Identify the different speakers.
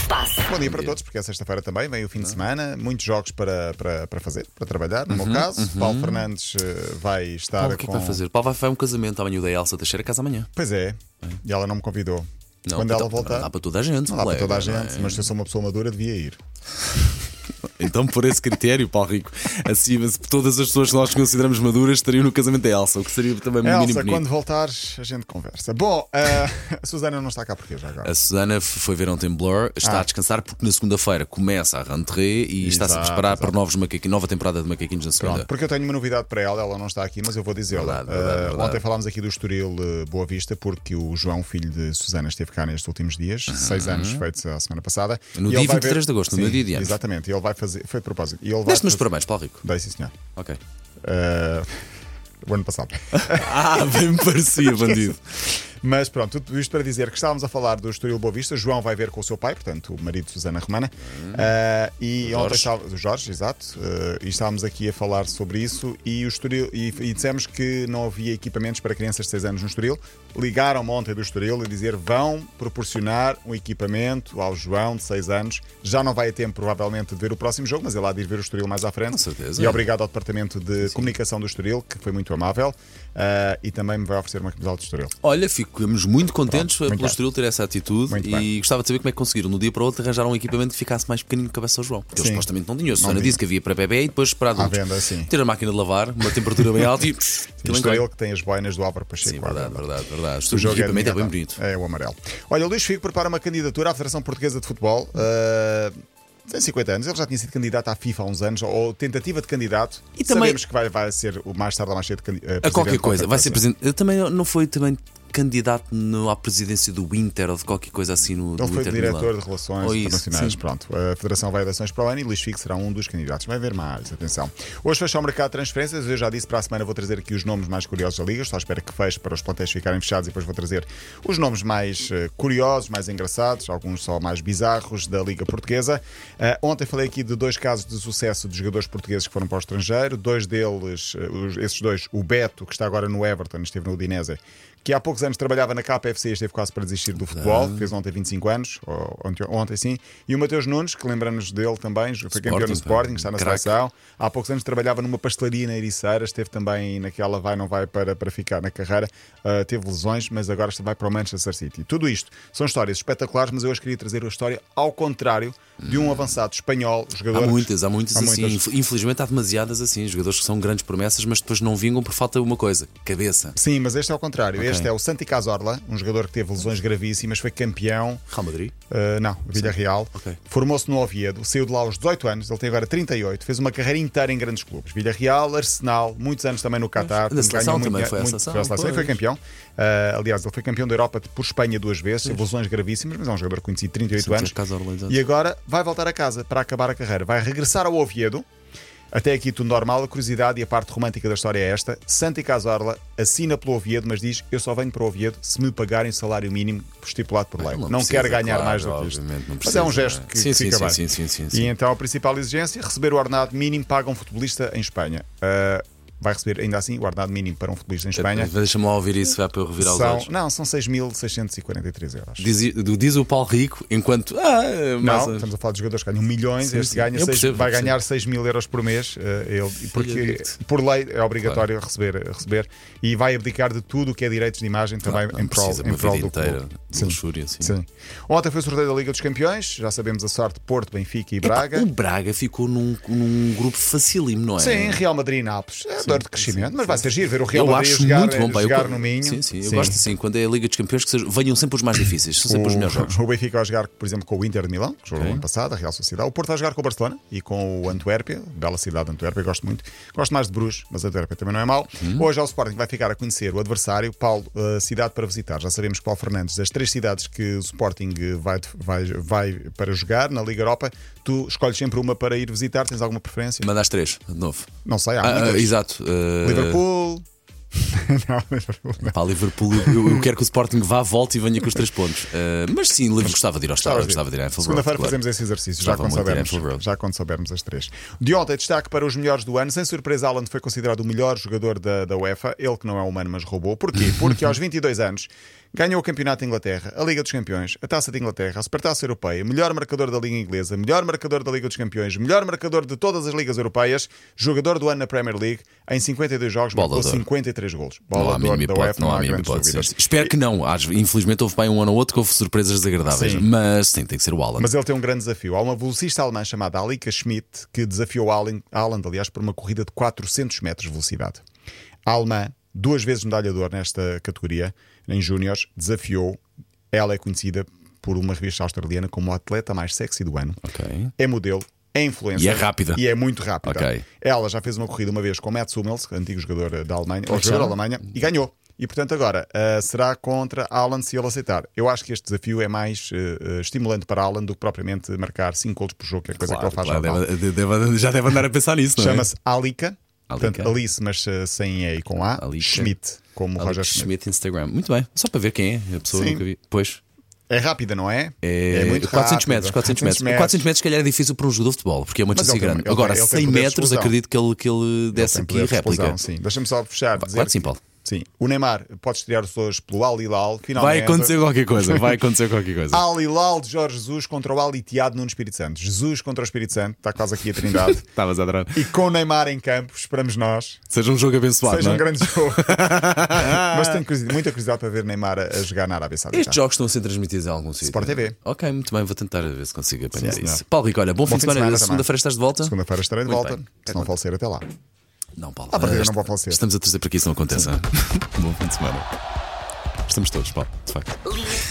Speaker 1: se passa.
Speaker 2: Bom dia para todos, porque é sexta-feira também, vem o
Speaker 3: Uhum.
Speaker 2: fim de semana, muitos jogos para, para, para fazer, para trabalhar,
Speaker 3: Uhum,
Speaker 2: no meu caso. Paulo Fernandes eh, vai estar
Speaker 3: Paulo, o que é
Speaker 2: com.
Speaker 3: que vai fazer? Paulo vai fazer um casamento amanhã o da Elsa Teixeira, casa amanhã.
Speaker 2: Pois é, e ela não me convidou. Quando ela
Speaker 3: então,
Speaker 2: voltar,
Speaker 3: não Dá para toda a gente,
Speaker 2: não dá para
Speaker 3: colega,
Speaker 2: toda a
Speaker 3: não é?
Speaker 2: gente, mas se eu sou uma pessoa madura, devia ir.
Speaker 3: Então, por esse critério, Paulo Rico, acima se todas as pessoas que nós consideramos maduras estariam no casamento da Elsa, o que seria também muito mínimo
Speaker 2: Elsa,
Speaker 3: bonito.
Speaker 2: quando voltares, a gente conversa. Bom, eh, a Susana não está cá porque já agora.
Speaker 3: A Susana f- foi ver ontem Blur, está
Speaker 2: Ah.
Speaker 3: a descansar porque na segunda-feira começa a rentrée e está-se a
Speaker 2: Exato,
Speaker 3: preparar para
Speaker 2: exato.
Speaker 3: novos macaquinhos, nova temporada de macaquinhos na segunda.
Speaker 2: Pronto, porque eu tenho uma novidade para ela, ela não está aqui, mas eu vou dizê-la.
Speaker 3: Verdade, verdade,
Speaker 2: Eh,
Speaker 3: verdade.
Speaker 2: Ontem falámos aqui do Estoril eh, Boa Vista, porque o João, filho de Susana, esteve cá nestes últimos dias, seis anos, feitos a semana passada.
Speaker 3: No
Speaker 2: E
Speaker 3: dia
Speaker 2: ele vai
Speaker 3: 23 de agosto, no meu dia de anos.
Speaker 2: Exatamente, e ele vai fazer. Foi de propósito. E ele vai
Speaker 3: Deste-me os
Speaker 2: fazer-
Speaker 3: parabéns, Paulo Rico.
Speaker 2: Dei, sim, senhor.
Speaker 3: Ok.
Speaker 2: Eh, o ano passado.
Speaker 3: Ah, bem me parecia, bandido.
Speaker 2: Mas pronto, tudo isto para dizer que estávamos a falar do Estoril Boa Vista. João vai ver com o seu pai, portanto, o marido de Susana Romana. Ah, e
Speaker 3: Hum. Jorge.
Speaker 2: ontem estava- o Jorge, exato. Ah, e estávamos aqui a falar sobre isso. E, o Estoril, e, e dissemos que não havia equipamentos para crianças de 6 anos no Estoril. Ligaram-me ontem do Estoril e dizer vão proporcionar um equipamento ao João de 6 anos. Já não vai a tempo, provavelmente, de ver o próximo jogo, mas ele há de ir ver o Estoril mais à frente.
Speaker 3: Com certeza.
Speaker 2: E obrigado ao Departamento de Comunicação do Estoril, que foi muito amável. Ah, e também me vai oferecer uma camisola do Estoril.
Speaker 3: Olha, ficamos muito contentes
Speaker 2: muito
Speaker 3: pelo
Speaker 2: bem.
Speaker 3: Estoril ter essa atitude
Speaker 2: Muito
Speaker 3: e
Speaker 2: bem.
Speaker 3: gostava de saber como é que conseguiram, no dia para o outro, arranjar um equipamento que ficasse mais pequenino que o cabeça ao João. Porque eles
Speaker 2: Sim.
Speaker 3: supostamente não tinham. A Susana
Speaker 2: tinha.
Speaker 3: disse que havia para bebê e depois para adultos.
Speaker 2: venda, sim.
Speaker 3: Ter a máquina de lavar, uma temperatura bem alta e. pss,
Speaker 2: Isto
Speaker 3: aquilo
Speaker 2: é
Speaker 3: encolhe.
Speaker 2: ele que tem as boinas do Álvaro Pacheco.
Speaker 3: Sim,
Speaker 2: guarda.
Speaker 3: verdade, verdade, verdade.
Speaker 2: O
Speaker 3: O
Speaker 2: jogo é
Speaker 3: equipamento é,
Speaker 2: de
Speaker 3: bem
Speaker 2: manhã,
Speaker 3: bonito.
Speaker 2: tá? É o amarelo. Olha, o Luís Figo prepara uma candidatura à Federação Portuguesa de Futebol. ah, tem 50 anos, ele já tinha sido candidato à FIFA há uns anos, ou tentativa de candidato.
Speaker 3: E também-
Speaker 2: Sabemos que vai, vai ser o mais tarde ou mais cedo candi- ah,
Speaker 3: A
Speaker 2: presidente
Speaker 3: qualquer
Speaker 2: de
Speaker 3: coisa. Vai ser
Speaker 2: coisa.
Speaker 3: presidente. Eu também não foi também candidato no- à presidência do Inter ou de qualquer coisa assim no
Speaker 2: Ele
Speaker 3: do
Speaker 2: foi
Speaker 3: Inter Milão.
Speaker 2: diretor de Relações
Speaker 3: Ou isso,
Speaker 2: Internacionais.
Speaker 3: sim.
Speaker 2: Pronto, a Federação vai a eleições para o ano e Luís Figo será um dos candidatos. Vai haver mais, atenção. Hoje fecha o mercado de transferências. Eu já disse para a semana vou trazer aqui os nomes mais curiosos da Liga. Estou à espera que feche para os plantéis ficarem fechados e depois vou trazer os nomes mais eh, curiosos, mais engraçados, alguns só mais bizarros da Liga Portuguesa. Ah, ontem falei aqui de dois casos de sucesso de jogadores portugueses que foram para o estrangeiro. Dois deles, eh, os- esses dois, o Beto, que está agora no Everton, esteve no Udinese, que há poucos anos trabalhava na KPFC e esteve quase para desistir do futebol, fez ontem 25 anos, ou ontem, ontem sim, e o Mateus Nunes, que lembramos dele também, foi campeão no
Speaker 3: Sporting,
Speaker 2: Sporting, está na
Speaker 3: craque.
Speaker 2: seleção, há poucos anos trabalhava numa pastelaria na Ericeira, esteve também naquela vai, não vai para, para ficar na carreira, Ah, teve lesões, mas agora vai para o Manchester City. Tudo isto são histórias espetaculares, mas eu hoje queria trazer a história ao contrário de um avançado espanhol,
Speaker 3: Há
Speaker 2: jogador...
Speaker 3: muitas, há muitas
Speaker 2: Há
Speaker 3: assim.
Speaker 2: muitas.
Speaker 3: Inf- Infelizmente há demasiadas assim. Jogadores que são grandes promessas, mas depois não vingam por falta de uma coisa: cabeça.
Speaker 2: Sim, mas este é ao contrário. Este é o Santi Cazorla, um jogador que teve lesões gravíssimas, foi campeão
Speaker 3: Real Madrid.
Speaker 2: Uh, não, Vila Real.
Speaker 3: Ok.
Speaker 2: Formou-se no Oviedo, saiu de lá aos 18 anos, ele tem agora 38, fez uma carreira inteira em grandes clubes. Vila Real, Arsenal, muitos anos também no Qatar.
Speaker 3: da seleção
Speaker 2: ganhou
Speaker 3: também
Speaker 2: dinhe-
Speaker 3: foi à
Speaker 2: muito-
Speaker 3: seleção,
Speaker 2: foi à seleção e foi
Speaker 3: pois.
Speaker 2: campeão. Uh, aliás, ele foi campeão da Europa por Espanha duas vezes, teve lesões gravíssimas, mas é um jogador conhecido, 38
Speaker 3: Santiago
Speaker 2: anos.
Speaker 3: Cazorla, exato.
Speaker 2: E agora vai voltar a casa para acabar a carreira. Vai regressar ao Oviedo. Até aqui tudo normal, a curiosidade e a parte romântica da história é esta. Santi Cazorla assina pelo Oviedo, mas diz: Eu só venho para o Oviedo se me pagarem o salário mínimo estipulado por lei.
Speaker 3: Ele
Speaker 2: Não,
Speaker 3: não
Speaker 2: quer
Speaker 3: precisa,
Speaker 2: ganhar
Speaker 3: claro,
Speaker 2: mais do que isto.
Speaker 3: obviamente, não
Speaker 2: Mas é um
Speaker 3: precisa,
Speaker 2: gesto
Speaker 3: é.
Speaker 2: que
Speaker 3: Sim, sim,
Speaker 2: fica
Speaker 3: sim,
Speaker 2: bem.
Speaker 3: sim, sim, sim,
Speaker 2: E
Speaker 3: sim.
Speaker 2: então a principal exigência receber o ordenado mínimo paga um futebolista em Espanha. Ah, vai receber ainda assim o ordenado mínimo para um
Speaker 3: É,
Speaker 2: futebolista em Espanha.
Speaker 3: Eh, Deixa-me lá ouvir isso, vai para eu revirar os
Speaker 2: São,
Speaker 3: olhos.
Speaker 2: não, são 6.643 euros.
Speaker 3: Diz, do- diz o Paulo Rico, enquanto. Ah, mas,
Speaker 2: Não, estamos a falar de jogadores que ganham milhões,
Speaker 3: Sim,
Speaker 2: este
Speaker 3: sim.
Speaker 2: ganha
Speaker 3: Eu
Speaker 2: seis-
Speaker 3: percebo,
Speaker 2: vai
Speaker 3: percebo.
Speaker 2: ganhar 6 mil euros por mês, eh, ele, porque
Speaker 3: digo-te.
Speaker 2: por lei é obrigatório receber, receber e vai abdicar de tudo o que é direitos de imagem também
Speaker 3: não
Speaker 2: em prol,
Speaker 3: precisa,
Speaker 2: em
Speaker 3: uma
Speaker 2: prol
Speaker 3: vida
Speaker 2: do clube.
Speaker 3: inteira de luxúria, sim.
Speaker 2: Sim. Ontem foi o sorteio da Liga dos Campeões, já sabemos a sorte Porto, Benfica e
Speaker 3: Epá,
Speaker 2: Braga.
Speaker 3: O Braga ficou num, num grupo facílimo, não é?
Speaker 2: Sim, Real Madrid e Nápoles. É dor de crescimento, mas vai ser giro ver o Real
Speaker 3: eu
Speaker 2: Madrid
Speaker 3: acho
Speaker 2: jogar, é eh,
Speaker 3: muito bom pá, eu
Speaker 2: jogar
Speaker 3: co-
Speaker 2: no Minho.
Speaker 3: Sim, sim, eu gosto assim. Quando é a Liga dos Campeões, que sejam- venham sempre os mais difíceis, são sempre Tipo os melhores jogos.
Speaker 2: O, o Benfica vai jogar, por exemplo, com o Inter de Milão, que jogou
Speaker 3: Ok.
Speaker 2: no ano passado, a Real Sociedade. O Porto vai jogar com o Barcelona e com o Antuérpia, bela cidade de Antuérpia, gosto muito. Gosto mais de Bruges, mas Antuérpia também não é mau.
Speaker 3: Uhum.
Speaker 2: Hoje ao Sporting vai ficar a conhecer o adversário, Paulo, a cidade para visitar. Já sabemos que Paulo Fernandes, das três cidades que o Sporting eh, vai, vai, vai para jogar na Liga Europa, tu escolhes sempre uma para ir visitar. Tens alguma preferência?
Speaker 3: Manda as três, de novo.
Speaker 2: Não sei, há
Speaker 3: Ah, ah,
Speaker 2: muitas.
Speaker 3: exato. ah,
Speaker 2: Liverpool. não, Liverpool não.
Speaker 3: Pá, Liverpool, eu, eu quero que o Sporting vá, volte e venha com os três pontos. Ah, mas sim, Liverpool gostava de ir ao estádio, gostava de ir à Anfield Road,
Speaker 2: Segunda-feira
Speaker 3: claro.
Speaker 2: fazemos esse exercício, já
Speaker 3: Gostava
Speaker 2: quando,
Speaker 3: muito de ir à
Speaker 2: soubermos,
Speaker 3: Anfield Road.
Speaker 2: já quando soubermos as três. De ontem, destaque para os melhores do ano. Sem surpresa, Alan foi considerado o melhor jogador da, da UEFA. Ele que não é humano, mas roubou. Porquê? Porque aos 22 anos Ganhou o Campeonato de Inglaterra, a Liga dos Campeões, a Taça de Inglaterra, a Supertaça Europeia, melhor marcador da Liga Inglesa, melhor marcador da Liga dos Campeões, melhor marcador de todas as ligas europeias, jogador do ano na Premier League, em 52 jogos,
Speaker 3: Bola
Speaker 2: marcou
Speaker 3: de ouro.
Speaker 2: 53 golos.
Speaker 3: Não há
Speaker 2: Bola de
Speaker 3: mínima
Speaker 2: ouro da
Speaker 3: hipótese,
Speaker 2: UEFA,
Speaker 3: não há mínima
Speaker 2: grandes
Speaker 3: hipótese.
Speaker 2: dúvidas.
Speaker 3: Espero que não. Às- Infelizmente houve para aí um ano ou outro que houve surpresas desagradáveis.
Speaker 2: Sim.
Speaker 3: Mas sim, tem que ser o Alan.
Speaker 2: Mas ele tem um grande desafio. Há uma velocista alemã chamada Alika Schmidt que desafiou Alan, Alan, aliás, por uma corrida de 400 metros de velocidade. A alemã, duas vezes medalha de ouro nesta categoria, em Júniores, desafiou. Ela é conhecida por uma revista australiana como a atleta mais sexy do ano.
Speaker 3: Ok.
Speaker 2: É modelo, é influencer.
Speaker 3: E é rápida.
Speaker 2: E é muito rápida.
Speaker 3: Ok.
Speaker 2: Ela já fez uma corrida uma vez com Mats Hummels, antigo jogador eh, da Alemanha, ou
Speaker 3: que
Speaker 2: jogador da
Speaker 3: chama?
Speaker 2: Alemanha, e ganhou. E portanto, agora eh, será contra Alan se ele aceitar. Eu acho que este desafio é mais eh, eh, estimulante para Alan do que propriamente marcar 5 gols por jogo, que é a coisa
Speaker 3: Claro,
Speaker 2: que ele faz
Speaker 3: claro,
Speaker 2: normal.
Speaker 3: deve- de- deve- já deve andar a pensar nisso, não é?
Speaker 2: Chama-se Alika,
Speaker 3: Alika.
Speaker 2: portanto, Alice, mas eh, sem E e com A,
Speaker 3: Alika.
Speaker 2: Schmidt, como
Speaker 3: Alex
Speaker 2: Roger Schmidt.
Speaker 3: Schmidt Instagram. Muito bem. Só para ver quem é. A pessoa
Speaker 2: Sim.
Speaker 3: nunca vi. Pois.
Speaker 2: É rápida, não é?
Speaker 3: É, 400 metros, 400 metros. 400 metros, se calhar, é difícil para um jogador de futebol, porque é uma
Speaker 2: Mas
Speaker 3: distância
Speaker 2: ele tem-
Speaker 3: grande.
Speaker 2: ele
Speaker 3: Agora,
Speaker 2: tem- ele tem
Speaker 3: 100
Speaker 2: poder de
Speaker 3: metros,
Speaker 2: explosão.
Speaker 3: acredito que ele, que ele desse
Speaker 2: Tem
Speaker 3: aqui
Speaker 2: poder de
Speaker 3: É réplica.
Speaker 2: explosão, Sim, deixa-me só fechar. dizer
Speaker 3: claro que sim, Paulo.
Speaker 2: Sim, o Neymar pode estrear-se hoje pelo Al Hilal.
Speaker 3: Vai
Speaker 2: Finalmente.
Speaker 3: acontecer qualquer coisa. Vai acontecer qualquer coisa.
Speaker 2: Al Hilal de Jorge Jesus contra o Al Itiado Nuno Espírito Santo. Jesus contra o Espírito Santo, está quase aqui a Trindade.
Speaker 3: Estavas a adorar.
Speaker 2: e com o Neymar em campo, esperamos nós.
Speaker 3: Seja um jogo abençoado.
Speaker 2: Seja
Speaker 3: não
Speaker 2: um
Speaker 3: é?
Speaker 2: grande jogo. Mas tenho curiosidade- muita curiosidade para ver Neymar a, a jogar na Arábia Saudita.
Speaker 3: Estes jogos estão a ser transmitidos em algum sítio.
Speaker 2: Sport TV.
Speaker 3: Ok, muito bem, vou tentar ver se consigo apanhar
Speaker 2: Sim, senhor.
Speaker 3: isso. Paulo Rico, olha, bom, fim de semana.
Speaker 2: também.
Speaker 3: Segunda-feira estás de volta?
Speaker 2: Segunda-feira estarei de
Speaker 3: tá? Muito
Speaker 2: volta.
Speaker 3: bem.
Speaker 2: Se não falecer, até lá.
Speaker 3: Não, Paulo.
Speaker 2: À partida
Speaker 3: eh,
Speaker 2: Ah, não
Speaker 3: est-
Speaker 2: vou falecer.
Speaker 3: Estamos a torcer para que isso não aconteça. bom fim de semana. Estamos todos, Paulo, de facto.
Speaker 1: Linha de